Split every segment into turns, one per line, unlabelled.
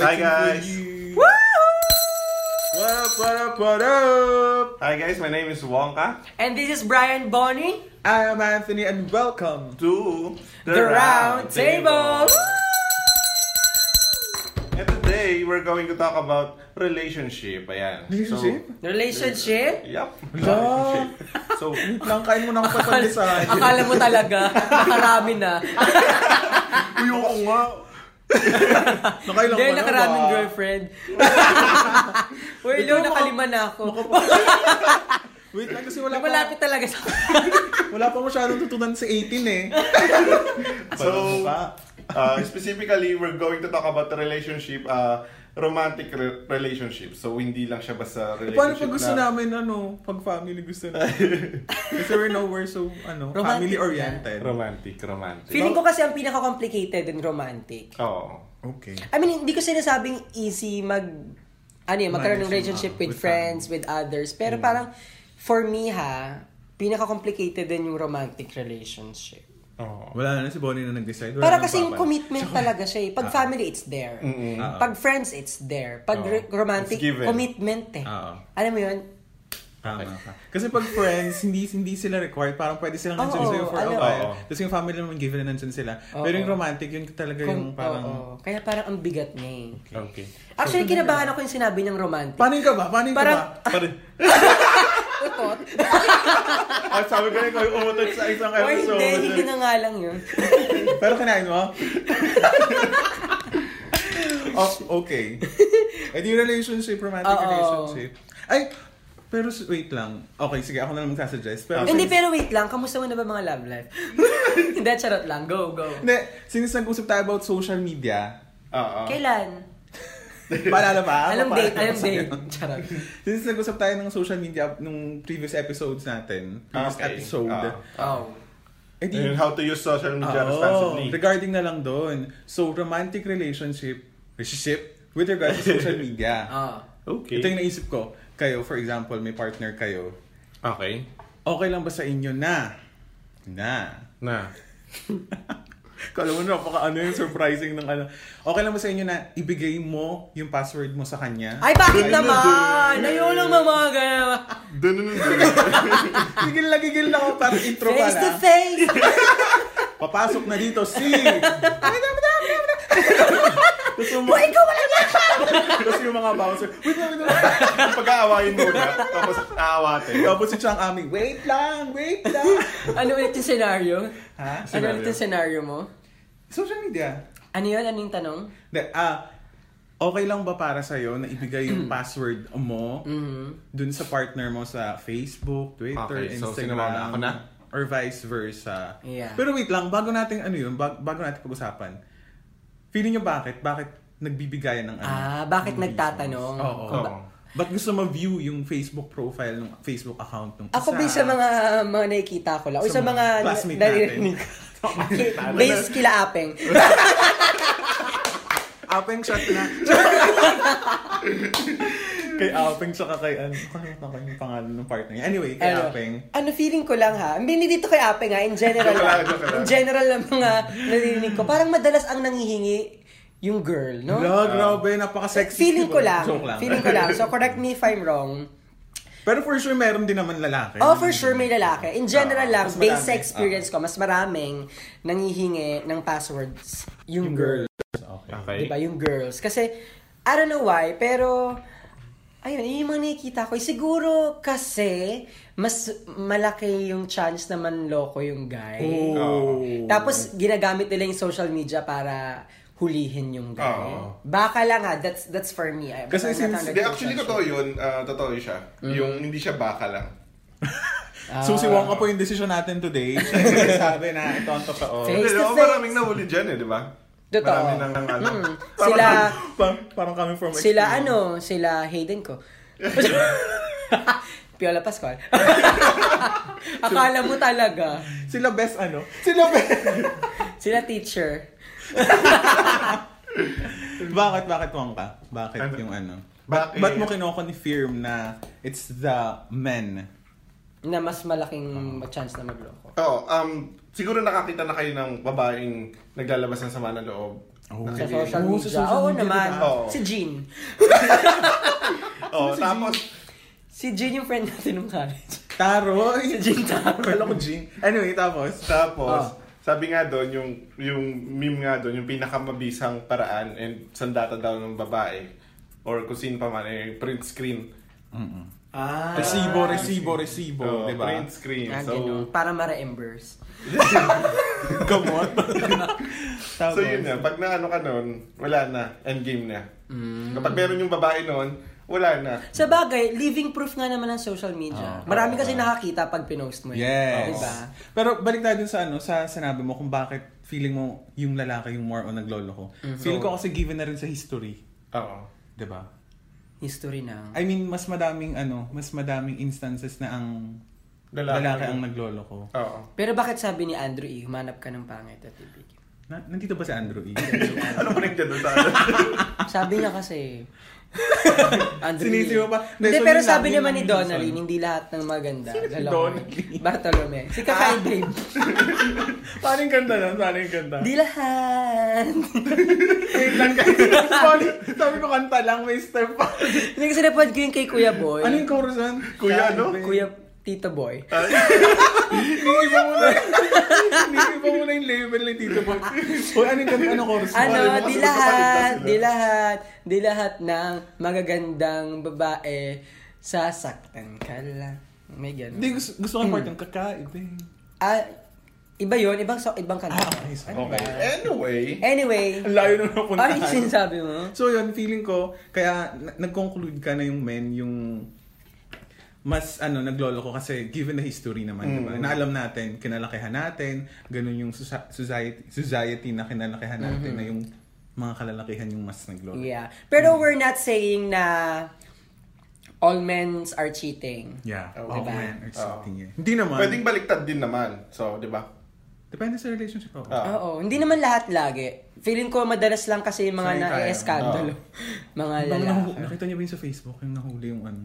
Hi, guys.
Woo! What up, what up, what up?
Hi guys, my name is Wonka.
And this is Brian Bonnie,
I am Anthony and welcome.
To
The, Round Table.
And today, we're going to talk about relationship. Ayan.
Relationship?
Relationship?
So, yup.
Love.
Relationship. So,
Lang kain mo na ako patanda sa akin.
Akala mo talaga, nakarami na.
uy, ako nga.
Nakailang ka na
Dahil
ba?
nakaraming girlfriend. Uy,
Ikaw,
Leo, nakalima na ako.
Wait lang kasi wala
Malapit
pa,
talaga sa
wala pa masyadong tutunan sa 18 eh.
So,
Mukha.
uh, specifically, we're going to talk about the relationship, uh, romantic re- relationship. So, hindi lang siya basta
Eh,
relationship
Paano pag gusto
na-
namin ano, pag family gusto namin? Kasi we're nowhere so ano,
Romantic
family oriented.
Romantic, romantic.
Feeling ko kasi ang pinaka-complicated and romantic.
Oo.
Okay.
I mean, hindi ko sinasabing easy mag... Ano yun, magkaroon ng
Manage yung,
relationship
ah,
with
with Hmm.
friends, with others. Pero parang, for me ha, pinaka-complicated din yung romantic relationship.
Oo.
Wala na si Bonnie na nag-decide. Wala
Para
nang
kasi yung
papan.
commitment talaga siya eh. Pag family, it's there.
Ah.
Pag friends, it's there. Pag
Oo.
re- romantic,
It's given.
commitment eh.
Oo.
Alam mo yun?
Tama ka. Kasi pag friends, hindi hindi sila required. Parang pwede silang nandyan
Oo,
sa'yo for a
alam.
while.
Oo.
Tapos yung family naman given na nandyan sila.
Oo.
Pero yung romantic, yun talaga yung
Kung,
parang...
oo. Kaya parang ang bigat niya eh.
Okay.
Actually, kinabahan ako yung sinabi niyang romantic.
Paano yung ka ba? Paano yung ka ba?
Parang-
Pare-
Utot.
At Ah, sabi ko rin ko umutot sa isang
O
episode.
hindi, hindi na nga lang yun.
Pero kinain mo? oh, okay. Eh di relationship, romantic
Oo.
relationship. Ay, pero s- wait lang. Okay, sige, ako na lang magsasuggest. Pero
hindi,
since,
pero wait lang. Kamusta mo na ba mga love life? hindi, charot lang. Go, go.
hindi, since nag-usap tayo about social media,
Oo.
Kailan?
paalala pa?
Alam
Papaalala
date, alam
pa sa'yo.
date. Charot.
Since nag-usap tayo ng social media nung previous episodes natin, previous
Okay.
episode,
Ah.
Oh.
eh di,
And how to use social media
Oo,
responsibly.
regarding na lang doon. So, romantic relationship, relationship, with regards to social media.
Oh.
Ah, Okay.
Ito yung naisip ko. Kayo, for example, may partner kayo.
Okay.
Okay lang ba sa inyo na? Na.
Na.
Kala mo napaka ano yung surprising ng ano. Okay lang ba sa inyo na ibigay mo yung password mo sa kanya?
Ay,
Ay,
bakit naman?
hindi.
Ayun lang mga ganyan.
Dun, dun, dun.
Gigil na gigil na ako parang intro pa
Face
na.
to face.
Papasok na dito si... Tapos yung,
Uy, ikaw wala na.
tapos yung mga bouncer, wait lang, wait lang.
Pag-aawayin mo na, tapos aawatin.
Tapos yung siyang aming, wait lang, wait lang.
Ano ulit yung scenario?
ha?
Ano
Scenario.
ulit yung scenario mo?
Social media.
Ano yun? Ano yung tanong?
Hindi, ah, okay lang ba para sa'yo na ibigay yung password mo dun sa partner mo sa Facebook, Twitter,
Okay, so sino
Instagram,
mauna? Ako na?
or vice versa?
Yeah.
Pero wait lang, bago natin ano yun, bag- bago natin pag-usapan, feeling nyo bakit? Bakit nagbibigayan ng ano?
Ah, bakit nagtatanong?
Oo.
Kung ba-
Ba't gusto ma-view yung Facebook profile ng Facebook account ng isa?
Ako based sa mga mga nakikita ko lang.
Oh.
O
Sa
sa,
mga
mga
classmate
naririnig ko. based kila Apeng.
Apeng shot na. kay Apeng tsaka kay ano. Kalimutan ko yung pangalan ng partner niya. Anyway, kay
Ano,
Apeng.
ano feeling ko lang ha. Hindi dito kay Apeng ha. In general
Joke
lang.
lang, joke lang.
In general lang mga naririnig ko. Parang madalas ang nangihingi yung girl, no?
Hala, grabe, napaka-sexy.
Feeling ko
diba?
lang.
Joke lang.
Feeling ko lang. So correct me if I'm wrong.
Pero for sure, meron din naman lalaki.
Oh, for sure may lalaki. In general
Ah,
lang,
mas
based sa
marami.
experience ko, mas maraming nangihingi ng passwords yung, girls.
Okay.
Diba? Yung girls. Kasi, I don't know why, pero, ayun, yun yung mga nakikita ko. Eh, Siguro kasi, mas malaki yung chance na manloko yung guy.
Oh.
Tapos, ginagamit nila yung social media para hulihin yung guy.
Oo.
Baka lang ha, that's, that's for me. Ah, I-
Kasi
I'm not
since-
Hindi,
100%
actually,
sure.
totoo yun. Ah, totoo yun siya.
Mm.
Yung hindi siya baka lang.
So,
Ah.
si Wongka po yung decision natin today. Siya yung sabi na, ito ang totoo.
Face
Hindi,
to
ako
face.
maraming nahuli dyan eh, di ba?
Totoo.
Maraming nang nang ano.
Mm.
Parang-
Sila,
parang, parang kami from
sila
experience.
ano, sila Hayden ko. Piola Pascual. Akala mo talaga.
Sila best ano? Sila best.
Sila teacher.
bakit, bakit Wongka? Bakit
Ano?
yung ano?
Bakit?
Ba't mo kinoconfirm na it's the men?
na mas malaking chance na magloko.
Oo, um, siguro nakakita na kayo ng babaeng naglalabas ng sama ng loob.
Oh,
Nakikita.
Sa social
Oo, sa
media.
social
Oo
media,
naman.
diba?
Oo.
Si Jean.
Oh, tapos,
Si Jean yung friend natin nung college.
Taro!
Si Jean Taro.
Kala ko Jean. Anyway, tapos.
tapos,
Oh.
sabi nga doon, yung, yung meme nga doon, yung pinakamabisang paraan and sandata daw ng babae or kung sino pa man, eh, print screen.
Ah.
Resibo, resibo, resibo.
Oh,
diba?
Print screen.
Ah,
so,
ganun. Para ma-reimburse.
Gamot.
so yun na. Pag na ano ka nun, wala na. Endgame na. Kapag meron yung babae nun, wala na.
Sa bagay, living proof nga naman ang social
Ah,
media.
oo,
Marami kasi
oo.
nakakita pag pinost mo yun.
Yes.
Diba?
Pero balik tayo dun sa ano, sa sinabi mo kung bakit feeling mo yung lalaki yung more on naglolo ko. Feeling ko kasi given na rin sa history.
Oo.
'di ba?
History na.
I mean, mas madaming ano, mas madaming instances na ang
Lalaki.
lalaki, ang naglolo ko.
Oo.
Pero bakit sabi ni Andrew E, humanap ka ng pangit at ibig?
Na, nandito ba si Andrew E?
Ano connected doon sa ano?
Sabi niya kasi. Andrew E.
Sinisiwa pa. Hindi,
Hindi,
so
pero
yun
sabi
lang, yun
naman
lang
ni
yung
Donnelly,
reason.
hindi lahat ng maganda.
Sino si
Dalawa.
Donnelly? Ah.
Bartolome. Si Kakay Babe.
Paano yung ganda
Ano
na? Paano yung ganda?
Hindi lahat.
Wait lang kasi. Sorry, Sabi ko kanta lang, may step pa.
Hindi kasi napad ko yung kay Kuya Boy.
Ano yung Ah, chorus nun?
Kuya, no?
Kuya Tito Boy.
Iniiba mo na. Iniiba mo na yung label ng Tito Boy. Uy, ano yung ganda? Ano chorus? nun?
Malay
Ano,
mo kasi
di lahat,
magkapatid na sila.
di lahat, di lahat ng magagandang babae, sasaktan ka lang. May ganun.
Hindi, gusto, gusto ko yung eh." part ng kakaiba.
Ah, iba yun, ibang, so, ibang kanta.
Ah, okay. Sorry.
Okay. Ano Anyway.
Anyway,
Ang layo na napuntahan.
ano yung sinasabi mo?
So yun, feeling ko, kaya na- nag-conclude ka na yung men, yung mas ano, naglolo ko kasi given the history naman,
Mm.
diba? Na alam natin, kinalakihan natin, ganun yung susa- society, society na kinalakihan natin
Mm-hmm.
na yung mga kalalakihan yung mas naglolo.
Yeah. Pero we're not saying na all men are cheating.
Yeah.
Oh,
all
diba?
men or
Oo.
something yeah. Hindi naman.
Pwedeng baliktad din naman. So, di ba?
Depende sa relationship ako.
Ah.
Oo, hindi naman lahat lagi. Feeling ko madalas lang kasi yung
Sorry, tayo.
mga na-eskandalo. mga
Bang nahu-
lalaki.
nakita niyo ba yun sa Facebook yung nahuli yung ano?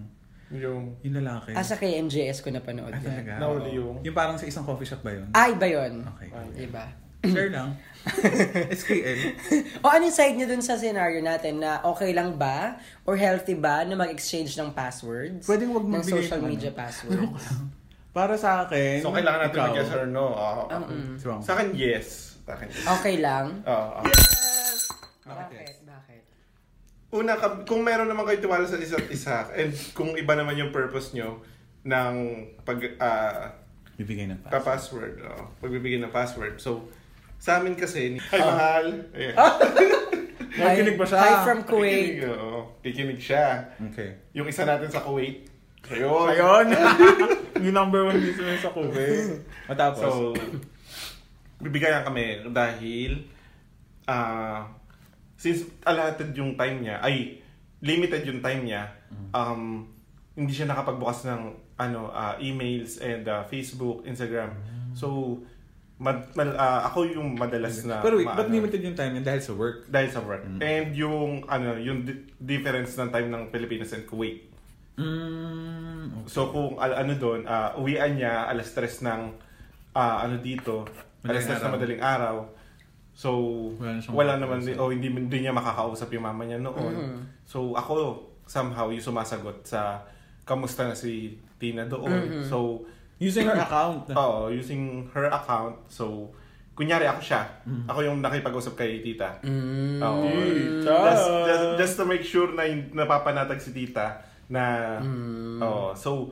Yung...
Yung lalaki.
Ah, sa kay MJS ko napanood.
ah,
yun.
talaga?
Nahuli
Oo.
yung-
Yung parang sa isang coffee shop ba yun?
Ah, iba yun. Diba?
Okay.
Iba.
Share lang. SKL.
o ano yung side nyo dun sa scenario natin na okay lang ba or healthy ba na mag-exchange ng passwords?
Pwedeng wag
Ng
magbigay
social
ng
media
ano.
passwords.
Para sa akin,
So, kailangan natin
ikaw.
mag-yes or no. Oo.
Ah, mm.
Ikaw.
Sa akin, yes. Sa akin, yes.
Okay lang?
Oo. oo.
Bakit? Bakit?
Una, kab- kung meron naman kayo tiwala sa isa't isa, and kung iba naman yung purpose nyo ng pag, ah,
Bibigay ng pa.
pa-password, oo. pagbibigay ng password. So, sa amin kasi, ni- ay mahal. Ayan.
Ah, Nakikinig ba siya?
Hi from Kuwait.
Kikinig, oo. Kikinig oh. siya.
Okay.
Yung isa natin sa Kuwait. Ayun.
Ayun! yung number one listener sa Kobe. Matapos.
So, bibigayan kami dahil ah since allotted yung time niya, ay limited yung time niya,
Mm.
um, hindi siya nakapagbukas ng ano ah, emails and ah, Facebook, Instagram.
Mm.
So, mad, mal- ah, ako yung madalas na
Pero wait,
maano,
ba't limited yung time yun? Dahil sa work.
dahil sa work.
Mm.
And yung ano, yung di- difference ng time ng Pilipinas and Kuwait.
Mm, okay.
So kung al- ano doon, ah, uwian niya alas 3 ng ah, ano dito,
Madaling
alas 3 ng
araw.
madaling araw. So
Wala na siyang
wala naman
makakausap.
din oh, hindi hindi niya makakausap yung mama niya noon. So ako somehow yung sumasagot sa kamusta na si Tina doon. So
Using her account.
oo, using her account. So kunyari ako siya. Ako yung nakipag-usap kay tita.
Mm.
Oo.
Mm.
Just, just, just to make sure na hin- napapanatag si tita na
Mm.
oh so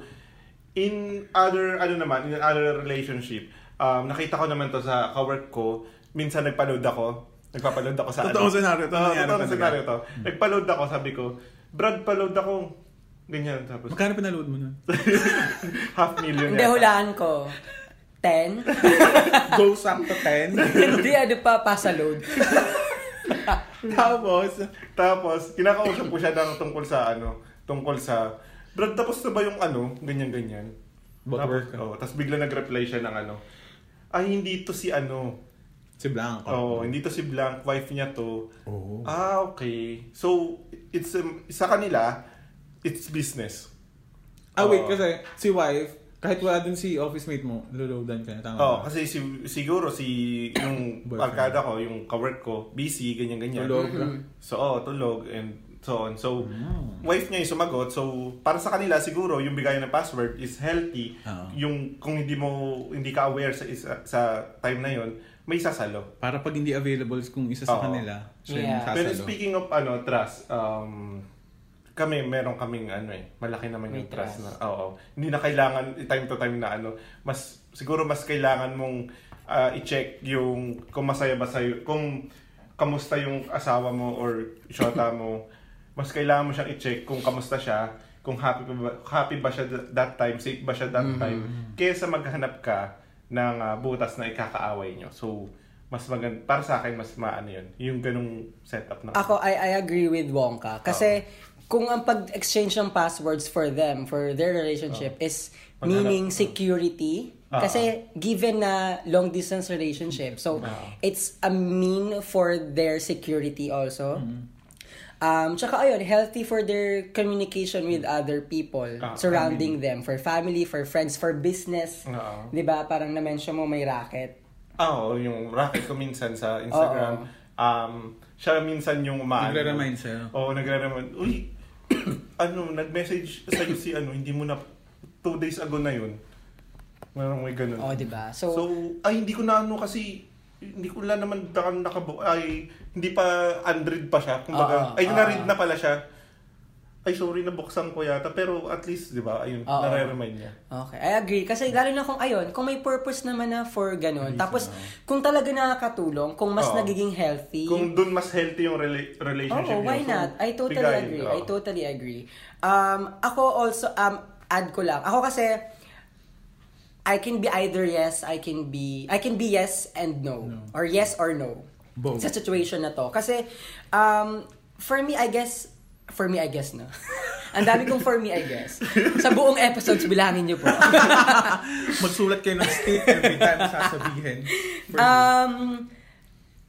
in other ano naman in other relationship um, nakita ko naman to sa kawork ko minsan nagpaload ako nagpapaload ako sa ano.
Totoo scenario to,
Oo,
nangyari
totoo
talaga.
scenario to
Mm.
nagpaload ako sabi ko Brad paload ako ganyan tapos
Magkano pinaload mo nun?
half million
Hindi,
yata.
hulaan ko. Ten?
Goes up to 10.
Hindi, ano pa, pasa load.
Tapos,
Tapos, kinakausap ko siya ng tungkol sa ano, tungkol sa, Brad, tapos na ba yung ano, ganyan-ganyan?
Bot
tapos,
work, ah.
oh, tapos bigla nag-reply siya ng ano, ay, hindi to si ano,
si Blanco.
oh, hindi to si Blank, wife niya to.
Oh.
Ah, okay. So, it's, um, sa kanila, it's business.
Ah, wait,
Oo.
kasi si wife, Kahit wala dun si office mate mo, lulowdan ka na. Tama
Oo,
ba?
kasi si- siguro si yung
Boyfriend.
barkada ko, yung kawork ko, busy, ganyan-ganyan.
Tulog.
So, oh, tulog and so on. So,
Mm.
wife niya yung sumagot. So, para sa kanila siguro, yung bigay ng password is healthy.
Oo.
Yung kung hindi mo hindi ka aware sa isa- sa time na yon, may sasalo.
Para pag hindi available kung isa sa
Oo.
kanila, siya yung
Yeah.
sasalo.
Pero speaking of ano, trust, um, kami meron kaming ano eh, malaki naman yung
May
trust,
trust.
na. Oo. Hindi na kailangan time to time na ano, mas siguro mas kailangan mong ah, i-check yung kung masaya ba sa'yo, kung kamusta yung asawa mo or shota mo. mas kailangan mo siyang i-check kung kamusta siya, kung happy ba, happy ba siya th- that time, safe ba siya that time, kaysa maghanap ka ng ah, butas na ikakaaway nyo. So, mas maganda, para sa akin, mas maano yun, yung ganung setup na.
Ako, I, I agree with Wonka. Kasi, kung ang pag-exchange ng passwords for them, for their relationship, is
Maghanap-
meaning security.
Ah,
Kasi, given na long-distance relationship, so, it's a mean for their security also.
Mm-hmm.
Um, tsaka ayun, healthy for their communication with other people
Ah,
surrounding them, for family, for friends, for business.
Oo.
'Di ba Parang na-mention mo may racket.
Ah, Oo, yung racket ko minsan sa Instagram. Um, siya minsan yung umaano.
Nagre-remind sa'yo.
Oo, nagre-remind. Uy, ano, nag-message sa'yo si ano, hindi mo na, two days ago na yun. Parang may ganun.
Oh, 'di ba?
So, ay, hindi ko na ano kasi, hindi ko lang naman naka, nakabu- ay, hindi pa unread pa siya. Kumbaga,
Oo,
ay,
oo.
na-read na pala siya. Ay, sorry, nabuksan ko yata. Pero at least, di ba, ayun,
Oo.
nare-remind niya.
Okay, I agree. Kasi lalo na kung ayun, kung may purpose naman na for ganun. Tapos, kung talaga nakakatulong, kung mas
Oo.
nagiging healthy.
Kung dun mas healthy yung rela- relationship
oh, why
niyo, so,
not? I totally
bigay.
agree.
Oo.
I totally agree. Um, ako also, um, add ko lang. Ako kasi, I can be either yes, I can be, I can be yes and no. Or yes or no.
Both.
Sa situation na to. Kasi, um, for me, I guess, for me, I guess, no? Ang dami kong for me, I guess. Sa buong episodes, bilangin niyo po.
Magsulat kayo ng statement every time sasabihin. For
Um,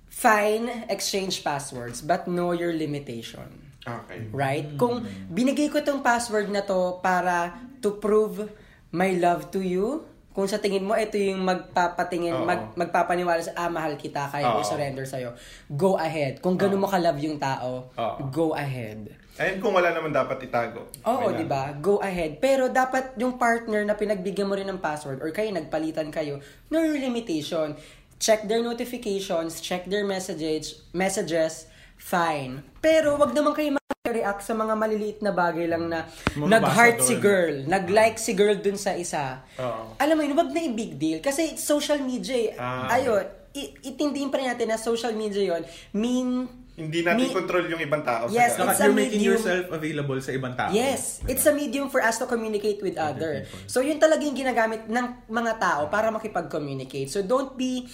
fine, exchange passwords, but know your limitation.
Okay.
Right? Kung binigay ko tong password na to para to prove my love to you, kung sa tingin mo ito yung magpapatingin,
Oo.
mag, magpapaniwala sa ah, mahal kita, kaya ko
Oo.
surrender sa'yo, go ahead. Kung ganun mo ka-love yung tao,
Oo.
go ahead.
And kung wala naman dapat itago. Why
Oo,
not?
di ba? Go ahead. Pero dapat yung partner na pinagbigyan mo rin ng password or kayo nagpalitan kayo, know your limitation. Check their notifications, check their messages, messages, fine. Pero wag naman kayo mag-react sa mga maliliit na bagay lang na
Mababasa
nag-heart
doon.
si girl, nag-like si girl dun sa isa.
Ah. Oo.
Alam mo yun, wag na i-big deal. Kasi it's social media eh.
Ah.
Ayun, i- itindihin pa rin natin na social media yon mean
Hindi natin
Me-
control yung ibang tao. sa
Yes,
ganun.
it's
Saka
a
you're making
medium-
yourself available sa ibang tao.
Yes,
Diba?
it's a medium for us to communicate with other. So yun talaga yung ginagamit ng mga tao para makipag-communicate. So don't be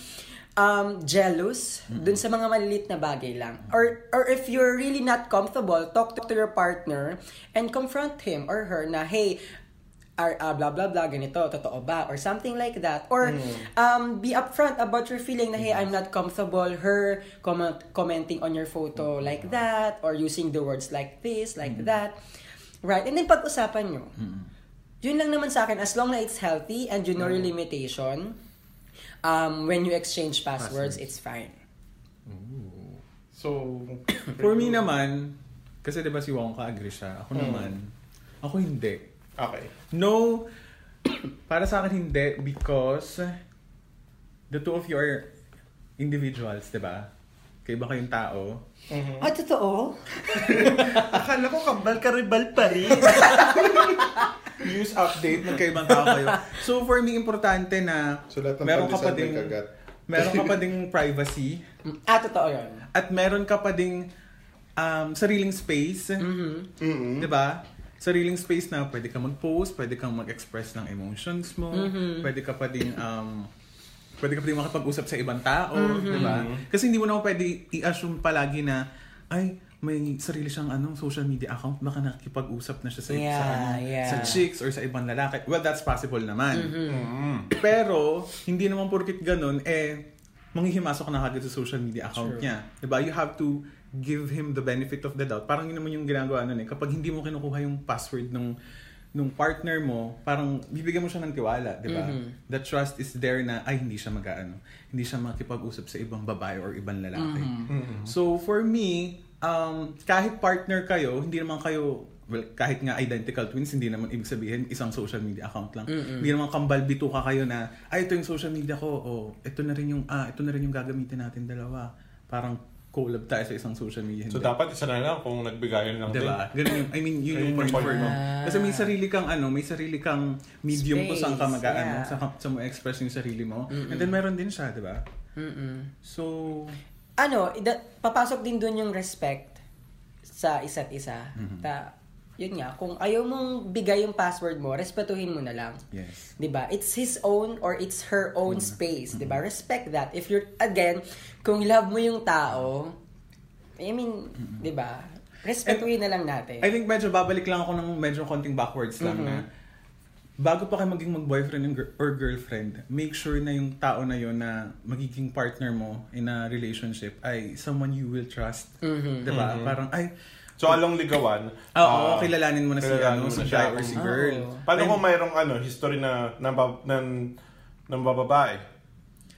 um, jealous dun sa mga malilit na bagay lang. Or or if you're really not comfortable, talk to your partner and confront him or her na hey, ar ah, blah blah blah ganito totoo ba or something like that or um be upfront about your feeling na hey I'm not comfortable her comment commenting on your photo like that or using the words like this like that right and then pag-usapan nyo yun lang naman sa akin as long na it's healthy and you know your limitation um when you exchange passwords, it's fine
So,
For me naman, kasi di ba si Wongka agree siya.
Hmm.
Ako naman, ako hindi.
Okay.
No, para sa akin hindi because the two of you are individuals, di ba? Kaiba kayong tao.
ah totoo
Akala ko kambal karibal pa rin.
News update, magkaibang tao kayo. So for me, importante na
So, lahat ng
meron ka pa
pandesal may
ding,
kagat.
meron ka pa ding privacy.
ah totoo yun
at meron ka pa ding um, sariling space,
Mm-hmm.
mm
'di ba? Sariling space na pwede ka mag-post, pwede kang mag-express ng emotions mo,
Mm-hmm.
pwede ka pa ding um, pwede ka pa ding makapag-usap sa ibang tao,
Mm-hmm.
'di ba? Kasi hindi mo naman pwede i-assume palagi na ay may sarili siyang anong social media account, baka nakikipag-usap na siya sa,
Yeah,
sa, ano,
yeah. Mm-hmm.
sa chicks or sa ibang lalaki. Well, that's possible naman.
Mm-hmm.
Pero, hindi naman porkit ganun, eh, manghihimasok na agad sa social media account niya. Diba? You have to give him the benefit of the doubt. Parang yun naman yung ginagawa nun eh. Kapag hindi mo kinukuha yung password ng nung partner mo, parang bibigyan mo siya ng tiwala, di ba? The trust is there na, ay, hindi siya mag-ano, hindi siya makipag-usap sa ibang babae or ibang lalaki. So, for me, um, kahit partner kayo, hindi naman kayo, well, kahit nga identical twins, hindi naman ibig sabihin isang social media account lang. Hindi naman kambal bituka kayo na, ay, ito yung social media ko, o ito na rin yung, ah, ito na rin yung gagamitin natin dalawa. Parang collab tayo sa isang social media.
So
Hindi.
dapat isa na lang kung nagbigayan lang
Diba?
din.
Ganun yung, I mean, yun yung
Ayun yung
point
point
for mo.
mo.
Ah.
Kasi may sarili kang ano, may sarili kang medium kung saan ka
Space,
mag-ano,
yeah.
sa saan, mo express yung sarili mo. And then meron din siya, di ba? So,
ano, ida- papasok din dun yung respect sa isa't isa.
Mm-hmm.
Ta, yun nga, kung ayaw mong bigay yung password mo, respetuhin mo na lang.
yes.
'Di ba? It's his own or it's her own
Mm-hmm.
space, 'di ba? Respect that. If you're again, kung love mo yung tao, I mean,
Mm-hmm.
'di ba? Respetuhin na lang natin.
I think medyo babalik lang ako ng medyo konting backwards lang na bago pa kayo maging mag-boyfriend yung gir- or girlfriend, make sure na yung tao na yun na magiging partner mo in a relationship ay someone you will trust.
Mhm.
Di ba?
Mm-hmm.
Parang, ay,
So along ligawan,
oo,
ah,
kilalanin mo na si, ano,
kilalanin mo
si
na
guy
siya
or
kung-
si girl.
Oo.
Paano kung mayroong ano, history na ng bab- ng ng bababae?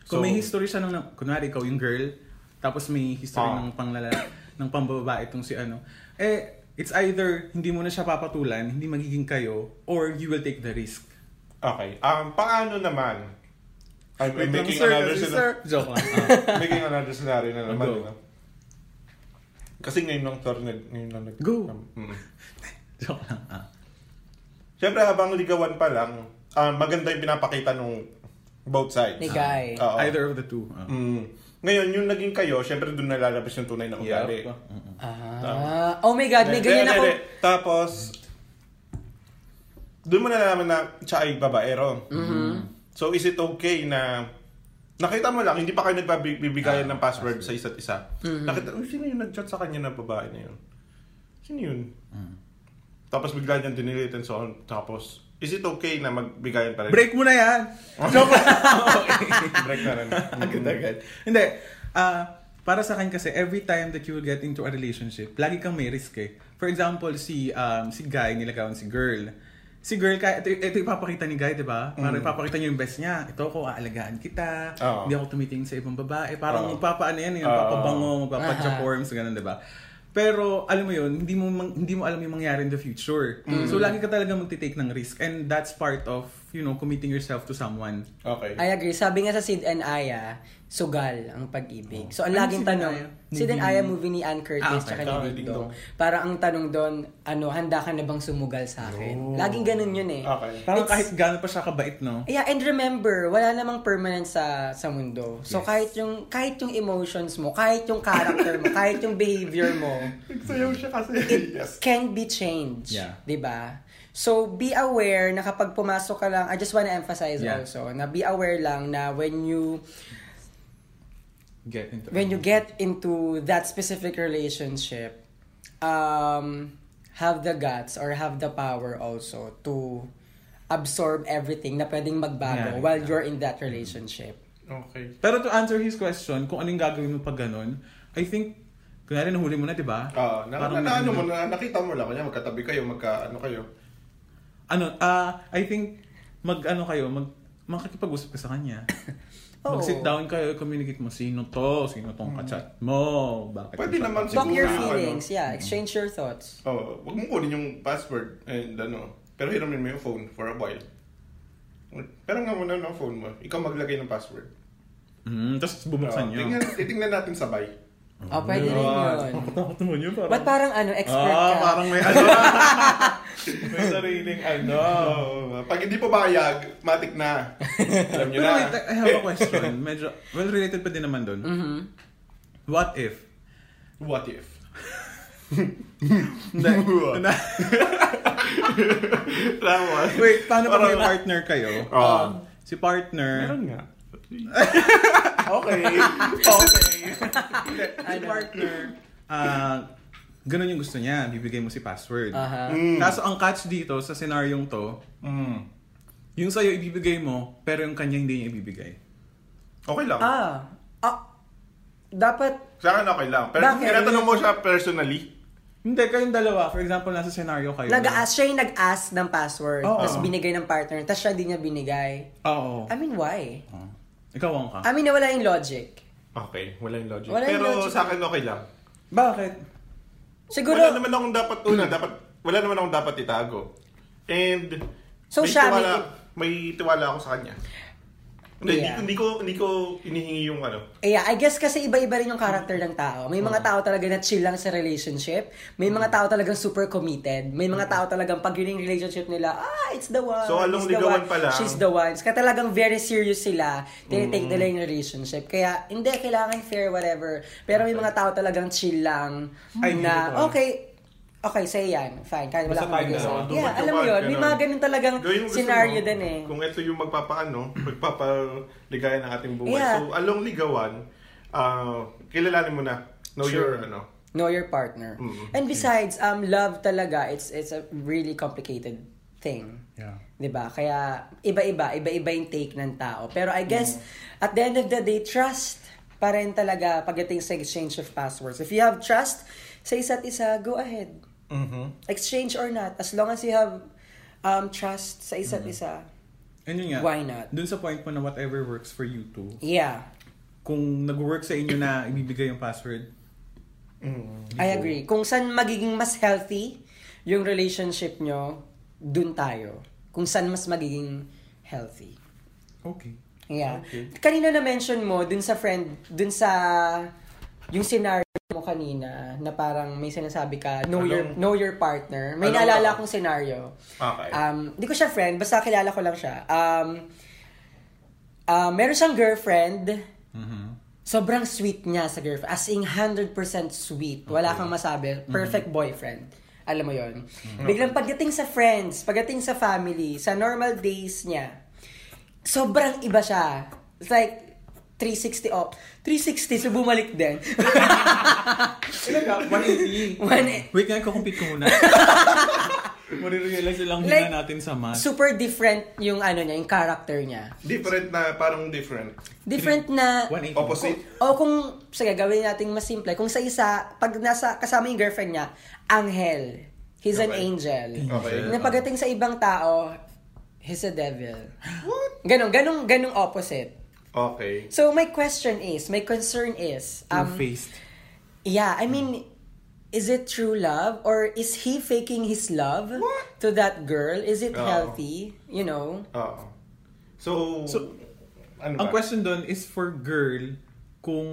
Kung may history siya ng, kunwari ikaw yung girl, tapos may history
Ah.
ng panglala, ng pambabae itong si ano, eh, it's either hindi mo na siya papatulan, hindi magiging kayo, or you will take the risk.
Okay. Um, paano naman? I'm, I'm
Wait lang,
making
sir,
another
kasi, sir.
scenario.
Joke lang. Ah,
making another scenario na naman.
Go.
Ano? Kasi ngayon lang tor nag ngayon lang nag
Go.
Mm.
Joke lang. Ah.
Siyempre habang ligawan pa lang, ah, maganda yung pinapakita nung both sides.
Ni guy.
Oo.
Either of the two. Ah.
Mm. Ngayon, yung naging kayo, syempre doon nalalabas yung tunay na ugali.
Yup. Mm-mm.
Ah, oh my god, may
Hindi, hindi,
ganyan ako.
hindi. Tapos, doon mo nalaman na siya ay babaero.
Mm-hmm.
So, is it okay na nakita mo lang, hindi pa kayo nagbibigayan
Ah,
ng password sa isa't isa.
Mm-hmm.
Nakita, oh, sino yung nag-chat sa kanya na babae na yun? Sino yun? Tapos bigla niyang dinelete and so on. Tapos, is it okay na magbigayan pa rin?
Break mo na yan! Joke lang. Okay.
Break na rin.
Agad-agad. Hindi. Ah, para sa akin kasi, every time that you will get into a relationship, lagi kang may risk eh. For example, si um, si guy nilagawan si girl. Si girl, kaya, ito, ito ipapakita ni guy, di ba? Parang ipapakita niya yung best niya. Ito ko, aalagaan kita.
Mm. Oo.
Hindi ako tumitingin sa ibang babae. Parang
Oo.
magpapaano yan, yun,
Oo. Ah,
magpapabango, magpapachaporms, ganun, di ba? Pero, alam mo yun, hindi mo, mang- hindi mo alam yung mangyari in the future.
Mm.
So, lagi ka talaga magtitake ng risk. And that's part of, you know, committing yourself to someone.
Mm-hmm. Okay.
I agree. Sabi nga sa Sid and Aya, sugal ang pag-ibig. So, ang
Ano
laging
Sid and
tanong,
Aya?
Sid
Movie
and Aya
ni-
movie ni Ann Curtis
Ah, okay.
tsaka
Tama,
ni
Ding
Ding Dong.
Dong.
Para ang tanong doon, ano, handa ka na bang sumugal sa
Oh.
akin? Laging ganun yun eh.
Okay.
Parang
It's-
kahit gano'n pa siya kabait, no?
Yeah, and remember, wala namang permanent sa sa mundo. So kahit yung kahit yung emotions mo, kahit yung character mo, kahit yung behavior mo,
Nagsayaw siya kasi. yes.
can be changed.
Yeah.
'Di ba? So, be aware na kapag pumasok ka lang, I just wanna emphasize
Yeah.
also, na be aware lang na when you
Get into ano.
when you get into that specific relationship, um, have the guts or have the power also to absorb everything na pwedeng
Yeah,
magbago while
yeah.
you're in that relationship.
Okay.
Pero to answer his question, kung anong gagawin mo pag ganun, I think, kunwari nahuli mo na, di ba?
Ah, na,
Parang
na, na- ano
nahuli
mo, na, nakita mo lang, kanya magkatabi kayo, magka, ano kayo.
Ano, ah, I think, mag, ano kayo, mag, makikipag-usap ka sa kanya.
Oo. Mm.
Mag-sit down kayo, communicate mo, sino to, sino tong kachat mo, bakit
Pwede
mo siya
naman
ka-
siguro.
Talk your
na, ano.
feelings, yeah. Exchange your thoughts.
Oh, wag mo kunin yung password and ano. Pero hiramin mo yung phone for a while. Pero nga muna no phone mo. Ikaw maglagay ng password.
Mm, tapos bubuksan
Ah,
niyo.
tingnan, titingnan natin sabay. Mm-hmm.
Oh, pwede rin yun.
Nakakatakot Ah, naman yun, parang.
Ba't parang ano, expert
ah,
ka?
parang may ano. may sariling ano.
Oh, pag hindi pa bayag, matik na. Alam niyo
Pero
na.
wait, I have a question. Medyo, well, related pa din naman dun.
Mhm.
What if,
What if?
Hindi. Na-
Tama.
Wait, paano pag may
Parang-
partner kayo?
Ah.
Si partner,
nga. okay. Okay.
si partner, ah, ganun yung gusto niya, bibigay mo si password.
Aha.
Mm.
Kaso ang catch dito sa senaryong to,
Mm.
yung sa'yo ibibigay mo, pero yung kanya hindi niya ibibigay.
Okay lang.
Ah. Ah. Dapat,
Sa akin okay lang. Pero
Bakit?
tinatanong mo siya personally.
Hindi, kayong dalawa. For example, nasa scenario kayo.
Nag-ask, siya yung nag-ask ng password.
Oo.
Tapos binigay ng partner. Tapos siya di niya binigay.
Oo.
I mean, why?
Oo. Ikaw, Wongka.
I mean, nawala yung logic.
Okay, wala yung logic.
Wala yung
Pero
logic.
sa akin okay lang.
Bakit?
Siguro,
Wala naman akong dapat una,
Mm.
dapat wala naman akong dapat itago. And
So,
may
siya,
tiwala, may tiwala ako sa kanya. Hindi,
Yeah.
hindi, ko, hindi ko inihingi yung ano.
Eh, yeah, I guess kasi iba-iba rin yung character ng tao. May mga tao talaga na chill lang sa relationship. May mga tao talagang super committed. May mga tao talagang pag yun yung relationship nila, ah, it's the one.
So, along
it's the
ligawan
one,
pa lang.
She's the one. Kaya talagang very serious sila.
Mm.
Tinitake nila yung relationship. Kaya, hindi, kailangan fair, whatever. Pero may mga tao talagang chill lang.
Ay, hindi ko
na,
alam.
okay, okay, say yan. Fine, kahit wala
Basta tayo
mag-isa.
dalawa,
Yeah,
dumating
alam
oh, ka,
mo yun. May
ganun.
mga ganun talagang
Gawin mo gusto
scenario
mo.
din eh.
Kung ito yung magpapaano, magpapaligaya ng ating buhay.
Yeah.
So, along ligawan, ah kilalanin mo na. Know
Sure.
your ano.
Know your partner.
Mm.
And besides, um, love talaga, it's it's a really complicated thing.
Yeah.
'Di ba? Kaya iba-iba, iba-iba yung take ng tao. Pero I guess at the end of the day, trust pa rin talaga pagdating sa exchange of passwords. If you have trust sa isa't isa, go ahead.
Mm-hmm.
Exchange or not, as long as you have um, trust sa isa't isa.
And yun nga.
Why not?
Dun sa point mo na whatever works for you two,
Yeah.
kung nag-work sa inyo na ibibigay yung password,
I agree. Kung saan magiging mas healthy yung relationship nyo, dun tayo. Kung saan mas magiging healthy.
okay.
Yeah.
Okay.
Kanina na-mention mo, dun sa friend, dun sa, yung scenario mo kanina, na parang may sinasabi ka, know, your,
Anong-
know your partner. May
Anong
naalala
tao?
akong scenario.
Okay.
Um, hindi ko siya friend, basta kilala ko lang siya. Um, ah, meron siyang girlfriend,
Mhm.
sobrang sweet niya sa girlfriend. As in, 100% sweet. Wala kang masabi. Perfect boyfriend. Alam mo yon Biglang pagdating sa friends, pagdating sa family, sa normal days niya, sobrang iba siya. It's like, 360 up. 360, so bumalik din.
Ilan 180.
One-
Wait nga, kukumpit ko muna. Marirealize lang
Like,
like, natin sa math.
Super different yung ano niya, yung character niya.
Different na, parang different.
Different na...
180.
Opposite.
O kung, sige, gawin natin mas simple. Kung sa isa, pag nasa kasama yung girlfriend niya, angel. He's an
Okay.
angel.
Okay.
Na pagdating sa ibang tao, he's a devil. What? Ganong, ganong, ganong opposite.
Okay.
So, my question is, my concern is, um,
Two-faced.
yeah, I mean, is it true love? Or is he faking his love to that girl? Is it
Oo.
healthy? You know?
Oo. So,
So,
ano
Ang
ba?
question doon is for girl kung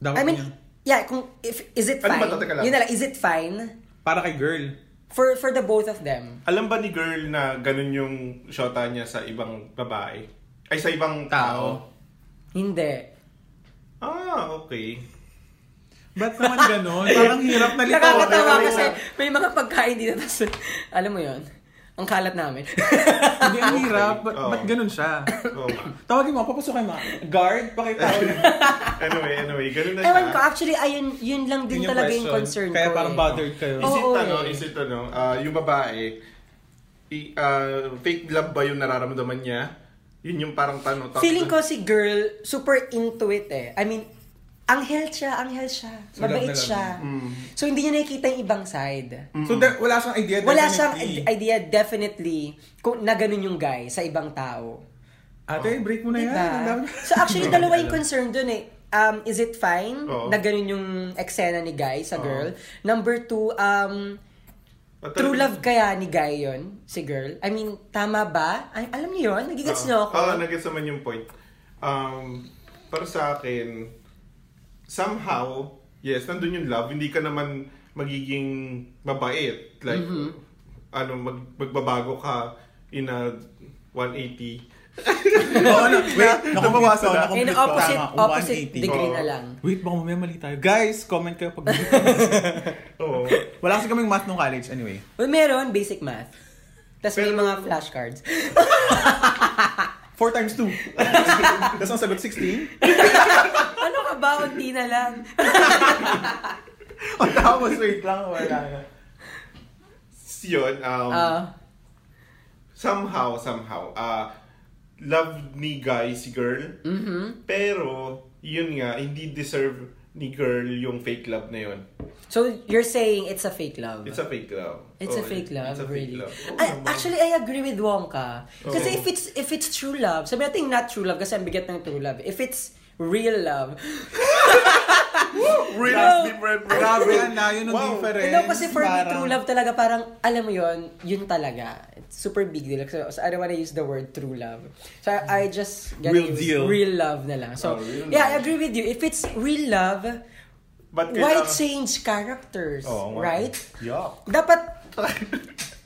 dapat
I mean,
niya.
yeah, kung, if, is it
Ano
fine?
ba? Teka lang.
Yun na lang, is it fine?
Para kay girl.
For, for the both of them.
Alam ba ni girl na ganun yung shota niya sa ibang babae? Ay, sa ibang tao?
Tao.
Hindi.
Ah, okay.
Ba't naman ganon? Parang hirap na lito.
Nakakatawa
okay,
kasi
okay.
may mga pagkain dito tapos, alam mo yon ang kalat namin.
Hindi, ang hirap. Ba't,
Oo.
ba't ganon siya?
Oo nga.
Tawagin mo, papasok kay ma. Guard, pakita ko.
anyway, anyway, ganun na
Ewan
siya.
ko, ah. actually, ayun, yun lang din
Yun yung
talaga yung concern
question. Kaya
ko.
parang
eh.
bothered kayo.
Is it
Oo,
ano,
eh.
is it ano, ah, yung babae, i, ah, fake love ba yung nararamdaman niya? Yun yung parang tanong. tapos-
Feeling ko si girl, super into it eh. I mean, anghel siya, anghel siya.
So, love na
Mabait
love
niya.
siya.
Mm.
So, hindi niya nakikita yung ibang side.
So, there- wala siyang idea. Mm.
Wala
definitely.
siyang i- idea, definitely, kung na ganun yung guy sa ibang tao.
Ate, break mo na yan. Ang
Diba?
dami-
So actually, dalawa yung concern dun eh. Um, is it fine
Oo.
na ganun yung eksena ni Guy sa
Oo.
girl? Number two, um,
At
true
talagang-
love kaya ni Guy yon si girl? I mean, tama ba? Ay, alam niyo yun? Nagigets niyo ako?
Oo, Ah, nag-gets naman yung point. Um, para sa akin, somehow, yes, nandun yung love. Hindi ka naman magiging mabait. Like,
Mm-hmm.
ano, mag, magbabago ka in a 180.
Oo, ano, wait, nakumpit ko,
na.
nakumpit
In
ko.
opposite,
Tama,
opposite
180.
degree
Oo.
na lang.
Wait, baka mamaya mali tayo. Guys, comment kayo pag...
Oo.
Wala kasi kaming math nung college, anyway.
Well, meron, basic math. Tapos may
Pero-
mga flashcards.
4 times 2. Tapos ang sagot, 16.
ano ka ba? Unti na lang.
Ang tapos, wait lang. Wala na.
Yun, um,
Ah,
somehow, somehow, ah,
Mm. mm-hmm.
love ni guy si girl. Pero, yun nga, hindi deserve ni girl yung fake love na yun.
So, you're saying it's a fake love?
It's a fake love.
It's a
Oo,
fake love,
Oh, it's a fake
really.
love. Oh, Oo
I-
naman.
actually, I agree with Wonka. Kasi
Oo.
if it's if it's true love, sabi natin not true love kasi ang bigat ng true love. If it's real love,
Real
No.
is different. bro.
Grabe yan na, yun ang
Wow.
difference.
ano kasi for me,
Parang-
true love talaga parang, alam mo yon yun talaga. It's super big deal. So, so I don't wanna use the word true love. So I, I just gotta
Real
use
deal.
real love na lang. So
Oh, real
yeah, I
love.
agree with you. If it's real love,
But
why
kailangan-
change characters,
Oo nga.
right?
Yeah.
Dapat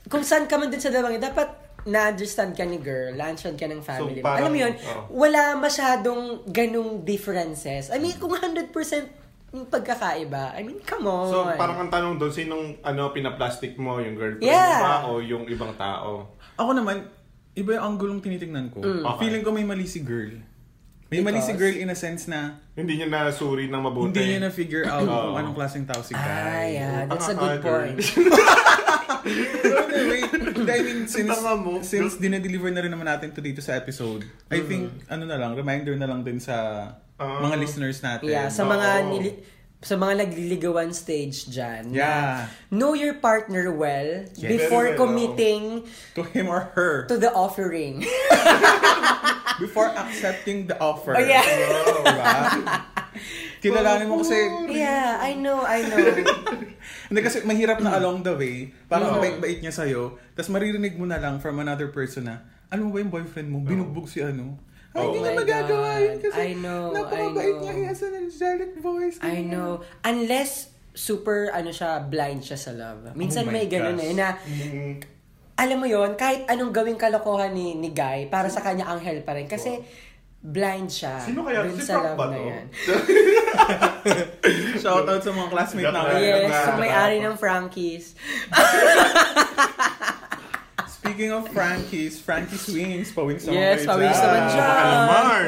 kung saan ka man din sa dalawang yun, dapat na-understand ka ni girl, na-understand ka ng family. mo.
parang- oh.
Alam mo yun,
oo.
wala masyadong ganung differences. I mean, kung 100% yung pagkakaiba, I mean, come on.
So, parang ang tanong doon, sinong ano, pinaplastic mo? Yung girlfriend mo
Yeah.
ba o yung ibang tao?
Ako naman, iba yung angle yung tinitingnan ko.
Okay.
Feeling ko may mali si girl. May mali si
Mm. Because?
girl in a sense na
Hindi niya nasuri ng mabuti.
hindi niya na-figure out
Oo.
kung anong klaseng tao si
Ah,
guy.
yeah, that's a
Nakaka-
good point.
Pero anyway, I mean, since,
Tanga mo.
since dinadeliver na rin naman natin to dito sa episode, I think, ano na lang, reminder na lang din sa
Ah.
mga listeners natin.
Yeah, sa
Oo.
mga nili- sa mga nagliligawan stage dyan.
Yeah.
Know your partner well before
Very well,
committing
To him or her.
to the offering.
Before accepting the offer.
Oh, yeah.
Oo, diba? Kilalanin mo kasi
yeah, I know, I know.
Hindi kasi mahirap na along the way, parang ang
Mm-hmm.
bait-bait niya sa'yo, tapos maririnig mo na lang from another person na, alam mo ba yung boyfriend mo, binugbog si ano? Ay,
Oh
hindi niya
my
magagawa yun
God.
kasi
I know, I
napakabait
know.
niya, he has an angelic voice.
I
ganyan."
know. Unless super ano siya, blind siya sa love. Minsan
Oh my
may ganun
gosh.
eh na
Mm.
alam mo yon kahit anong gawing kalokohan ni ni Guy, para sa kanya anghel pa rin kasi blind siya.
Sino kaya?
dun
Si
sa
Frank
love
ba
na
to?
yan.
Shout out sa mga classmate
Yeah,
namin.
yeah.
Yes,
Frank.
so may-ari ng Frankies.
Speaking of Frankie's, Frankie's Wings, pawings naman
Yes,
kayo
pawings
dyan.
naman dyan.
Kalamar!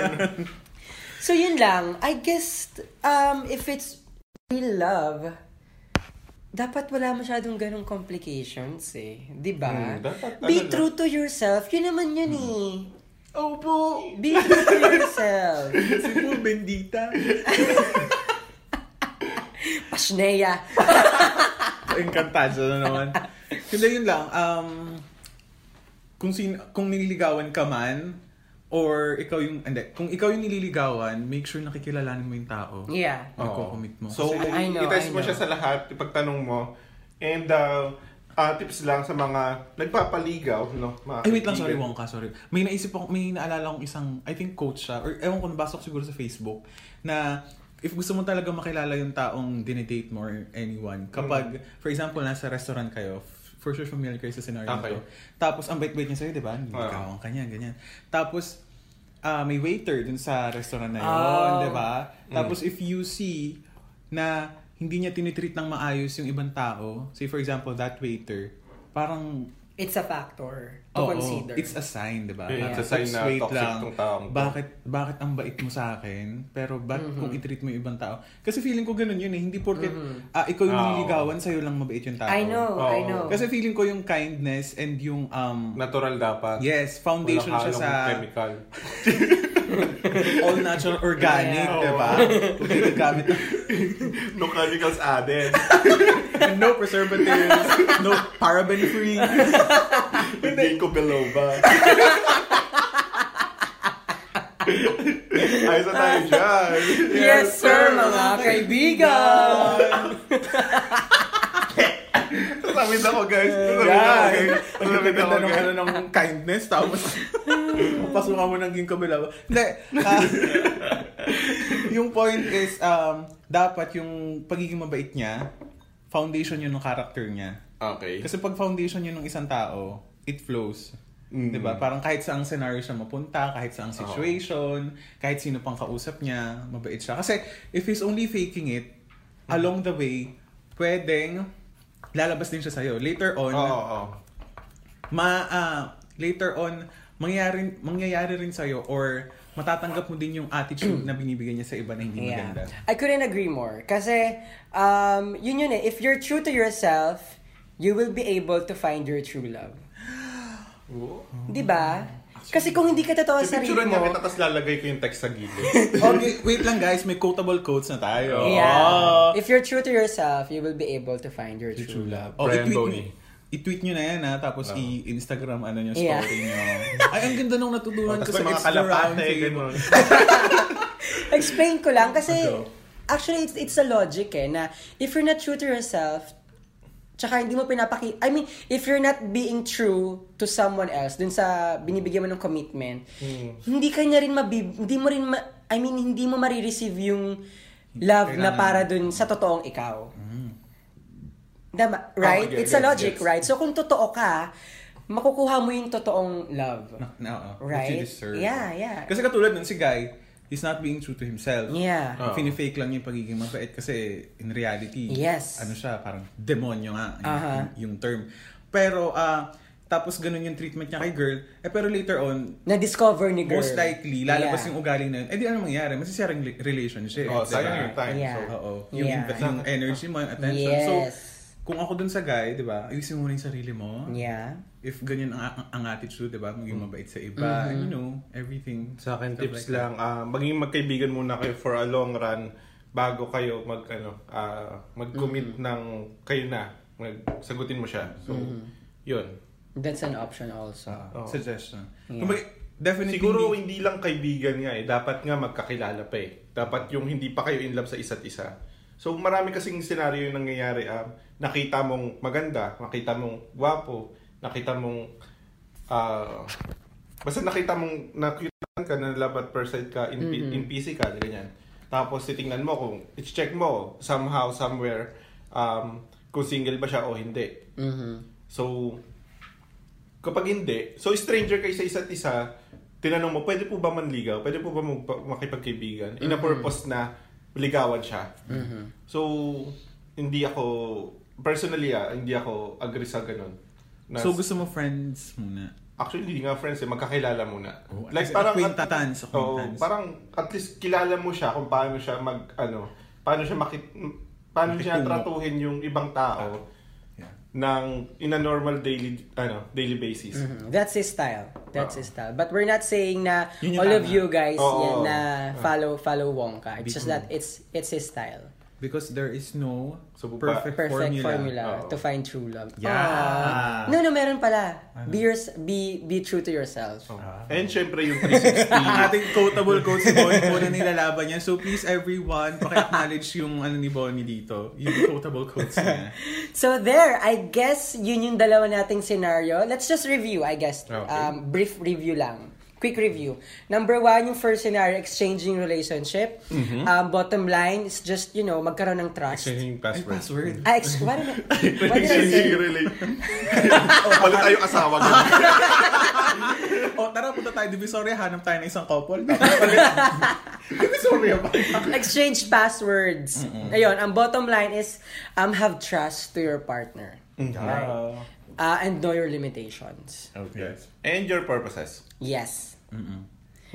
So yun lang, I guess um if it's real love, dapat wala masyadong ganong complications eh. Di ba?
Hmm, dapat ano
Be
lang. Hmm.
true to yourself. Yun naman yun eh.
Opo!
Be true to yourself.
Sino bendita?
Pasneya.
Encantado na naman. Hindi, yun lang. Um, kung, sin kung nililigawan ka man, or ikaw yung, hindi, kung ikaw yung nililigawan, make sure nakikilalanin mo yung tao.
Yeah.
Oo.
Magko-commit mo.
So,
Kasi- I know,
itest
I
mo
know.
siya sa lahat, ipagtanong mo. And, uh, ah, tips lang sa mga nagpapaligaw, no? Mga
Ay, wait lang, sorry,
kaibigan.
Wongka, sorry. May naisip ako, may naalala akong isang, I think coach siya, or ewan ko, nabasa ko siguro sa Facebook, na if gusto mo talaga makilala yung taong dinedate mo or anyone, kapag, for example, nasa restaurant kayo, f- for sure familiar kayo sa scenario na
Okay.
to. Tapos, ang bait-bait niya sa'yo, di ba? Hindi
Oo.
ka, ang kanya, ganyan. Tapos, ah, may waiter dun sa restaurant na yun,
Oh.
di ba? Tapos, if you see na hindi niya tinitreat ng maayos yung ibang tao, say for example, that waiter, parang
It's a factor to
Oo,
consider.
It's a sign, di ba?
Yeah,
Parang,
it's a sign
"Oops,
na
wait
toxic
lang.
tong taong to."
Bakit, bakit ang bait mo sa akin? Pero ba't
Mm-hmm.
kung itreat mo yung ibang tao? Kasi feeling ko ganun yun eh. Hindi porket ah, ikaw yung
Oo.
nililigawan, sa'yo lang mabait yung tao.
Mm-hmm. I know, I
Oo.
know.
Kasi feeling ko yung kindness and yung, um,
Natural dapat.
yes, foundation siya
Walang halong
sa
chemical.
all natural organic,
Yeah.
di ba? Kung ginagamit ng
no chemicals added.
no preservatives, no paraben-free.
Hindi ko biloba. Ayos na tayo dyan.
yes, sir, mga kaibigan!
Tatawid ako, guys. Tatawid ako,
Yan!
guys.
Ang
Tatawid ako,
ganda ng,
guys.
ano, ng kindness, tapos pasukan mo ng yung kabila. Hindi. ah, yung point is, um, dapat yung pagiging mabait niya, foundation yun ng character niya.
Okay.
Kasi pag foundation yun ng isang tao, it flows.
Mm.
'Di ba? Parang kahit saang scenario siya mapunta, kahit saang
Oo.
situation, kahit sino pang kausap niya, mabait siya. Kasi if he's only faking it along the way, pwedeng lalabas din siya sa'yo. Later on,
Oo, oo.
ma ah, later on mangyayari mangyayari rin sa or matatanggap mo din yung attitude na binibigay niya sa iba na hindi maganda.
I couldn't agree more. Kasi, um, yun yun eh. If you're true to yourself, you will be able to find your true love.
Oo.
Di ba? Kasi kung hindi ka totoo sa Oh, sarili
Pipicturean nga
mo,
kita, tapos lalagay ko yung text sa gilid.
okay, wait lang guys, may quotable quotes na tayo. Oh.
yeah. If you're true to yourself, you will be able to find Ah. your
Your true
true,
love.
Brian
Oh, i-tweet
Boney.
nyo- I-tweet nyo na yan ha, tapos
Oh.
i-Instagram ano yung
Yeah.
story nyo. Ay, ang ganda nung natutunan ko
Oh, Tapos
sa
may mga
Explore
kalapate,
Roundtable.
ganun.
Explain ko lang kasi
Go.
actually it's it's a logic eh na if you're not true to yourself tsaka hindi mo pinapaki I mean if you're not being true to someone else dun sa binibigyan mo ng commitment
Hmm.
hindi ka niya rin mabib hindi mo rin ma- I mean hindi mo marireceive yung love na
Kailangan. Hmm.
para dun sa totoong ikaw. Tama, right?
Okay,
it's a
gets,
logic,
gets.
right? So kung totoo ka, makukuha mo yung totoong love.
No, no, oh, what
Right?
you deserve.
Yeah, yeah.
Kasi katulad nun si Guy, he's not being true to himself.
Yeah.
Oo.
Fini-fake lang yung pagiging mabait kasi in reality,
Yes.
ano siya, parang demonyo nga yung,
Aha.
yung term. Pero, ah, tapos ganun yung treatment niya kay girl. Eh, pero later on,
Na-discover ni girl.
most likely, lalabas
Yeah.
yung ugali na yun. Eh, di ano mangyayari? Masisirang li- relationship.
Oh,
Diba?
sayang yung time.
Yeah.
So,
Oo. Yung,
Yeah.
yung energy mo, yung attention. So,
Yes.
kung ako dun sa guy, di ba, ayusin mo na yung sarili mo.
Yeah.
If ganyan ang, ang, ang attitude, di ba, maging
Mm.
mabait sa iba,
Mm-hmm.
you know, everything.
Sa akin,
Stuff
tips
like that.
lang, ah, maging magkaibigan muna kayo for a long run bago kayo mag, ano, ah, mag-commit ng kayo na. Mag, sagutin mo siya. So, yun.
That's an option also.
Ah.
Oo.
Suggestion.
Yeah.
Kumbaga, definitely.
Siguro hindi lang kaibigan nga eh. Dapat nga magkakilala pa eh. Dapat yung hindi pa kayo in love sa isa't isa. So marami kasing senaryo yung nangyayari. ah. nakita mong maganda, nakita mong gwapo, nakita mong... ah, basta nakita mong nakyutan ka, nalabat person ka in, pi- in physical, ganyan. Tapos titingnan mo kung, i-check mo somehow, somewhere, um, kung single ba siya o hindi.
Mm-hmm.
So, kapag hindi, so stranger kayo sa isa't isa, tinanong mo, pwede po ba manligaw? Pwede po ba magpa- makipagkaibigan? In a purpose na ligawan siya. So, hindi ako, personally ah, hindi ako agree sa ganun. Na,
So, gusto mo friends muna.
actually, hindi nga friends eh, magkakilala muna.
Oh,
like,
as-
parang,
acquaintance,
Oo,
acquaintance.
parang at least kilala mo siya kung paano siya mag, ano, paano siya makit, paano siya
Makitungo.
tratuhin yung ibang
Ah,
tao
Yeah.
ng in a normal daily ano daily basis.
Hmm. That's his style. That's his style. But we're not saying na
Ah. Yun yung
all of
tama. Ah.
you guys yan,
Oo.
na follow follow Wonka. It's just that it's it's his style.
Because there is no
So, bu-
perfect,
Perfect
formula.
formula,
Oo.
to find true love.
Yeah. Uh-huh.
Ah. No, no, meron pala. Be, yours, be, be true to yourself.
Oh.
Ah.
And syempre yung
Ang
360.
ating quotable quote si Bonnie po na nilalaban niya. So please everyone, paki-acknowledge yung ano ni Bonnie dito. Yung quotable quotes niya.
So there, I guess yun yung dalawa nating scenario. Let's just review, I guess.
Okay.
Um, brief review lang. Quick review. Number one, yung first scenario, exchanging relationship.
Mm-hmm.
Um, bottom line is just, you know, magkaroon ng trust.
Exchanging
Ay,
password.
password.
Ah, ex- what did I, what did I say?
Exchanging relation. Pala tayo asawa ganun.
O Oh, tara, punta tayo Divisoria, hanap tayo ng isang couple. Tapos ulit. Divisoria ba?
Exchange passwords. Ayun, ang bottom line is um, have trust to your partner.
Ah.
Uh, and know your limitations.
Okay.
Yes. And your purposes.
Yes.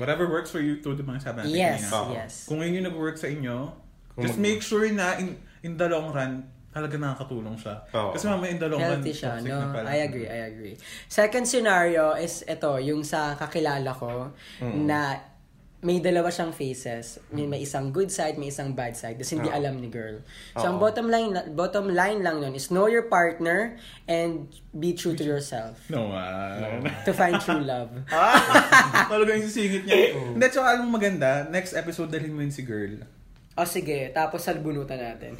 Whatever works for you, to the mga sabi natin
Yes,
kanina.
Oo.
yes.
Kung yun yung nag-work sa inyo,
Kung
just
mag-
make sure na in, in the long run, talaga nakakatulong siya.
Oo.
Kasi mamaya in the long
Healthy
run,
siya,
toxic na
no?
pala.
I agree, I agree. Second scenario is ito, yung sa kakilala ko na may dalawa siyang faces. May, may isang good side, may isang bad side. Tapos hindi alam ni girl. So, ang
Oo.
bottom line, na- bottom line lang nun is know your partner and be true to yourself
No, ah.
to find true love.
Talaga yung sisingit niya. Hindi, tsaka alam mo maganda, next episode dalhin mo yun si girl.
O sige, tapos salbunutan natin.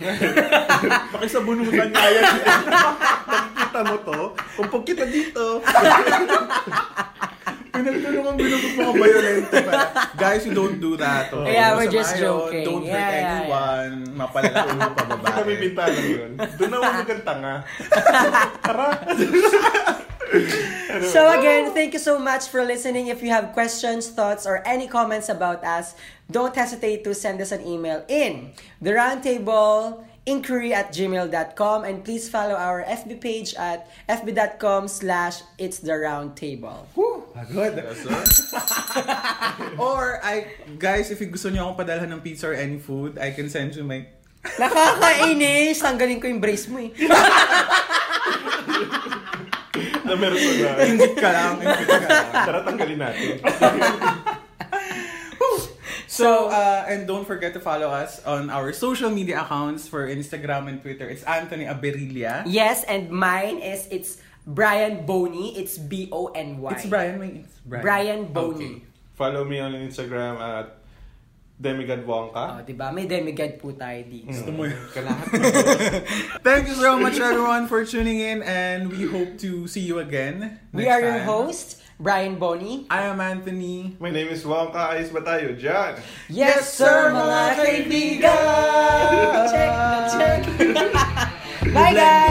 Pakisabunutan nga yan. Pagkita mo to, kung pagkita dito,
Pinagtulungan binugot mga violento pa. Guys, you don't do that. okay?
Yeah, we're
Masama
just
yun.
joking.
Don't
Yeah,
hurt
yeah, yeah.
anyone. Mapalala ulo pa babae.
kita may bintana yun. Doon na huwag kang tanga.
So again, thank you so much for listening. If you have questions, thoughts, or any comments about us, don't hesitate to send us an email in the roundtable inquiry at gmail.com and please follow our FB page at fb.com slash it's the roundtable.
Pagod. or, I, guys, if gusto niyo akong padalhan ng pizza or any food, I can send you my...
Nakakainis! Tanggalin ko yung brace mo eh.
na meron ko na.
Ingit ka lang, ingit ka lang.
Tara, tanggalin natin.
So, uh, and don't forget to follow us on our social media accounts for Instagram and Twitter. It's Anthony Aberilia.
Yes, and mine is, it's Brian Boney. It's B-O-N-Y.
It's Brian. May it's Brian.
Brian
Okay.
Boney.
Follow me on Instagram at Demigod
Oh,
Wonka.
diba? May demigod po tayo dito.
Gusto mo yun?
Kalahat.
Thank you so much, everyone, for tuning in, and we hope to see you again.
We
next
are your
time.
host, Brian Boney.
I am Anthony.
My name is Wonka. Ayos ba tayo dyan?
Yes, sir, mga kaibigan! check, check. Bye, guys!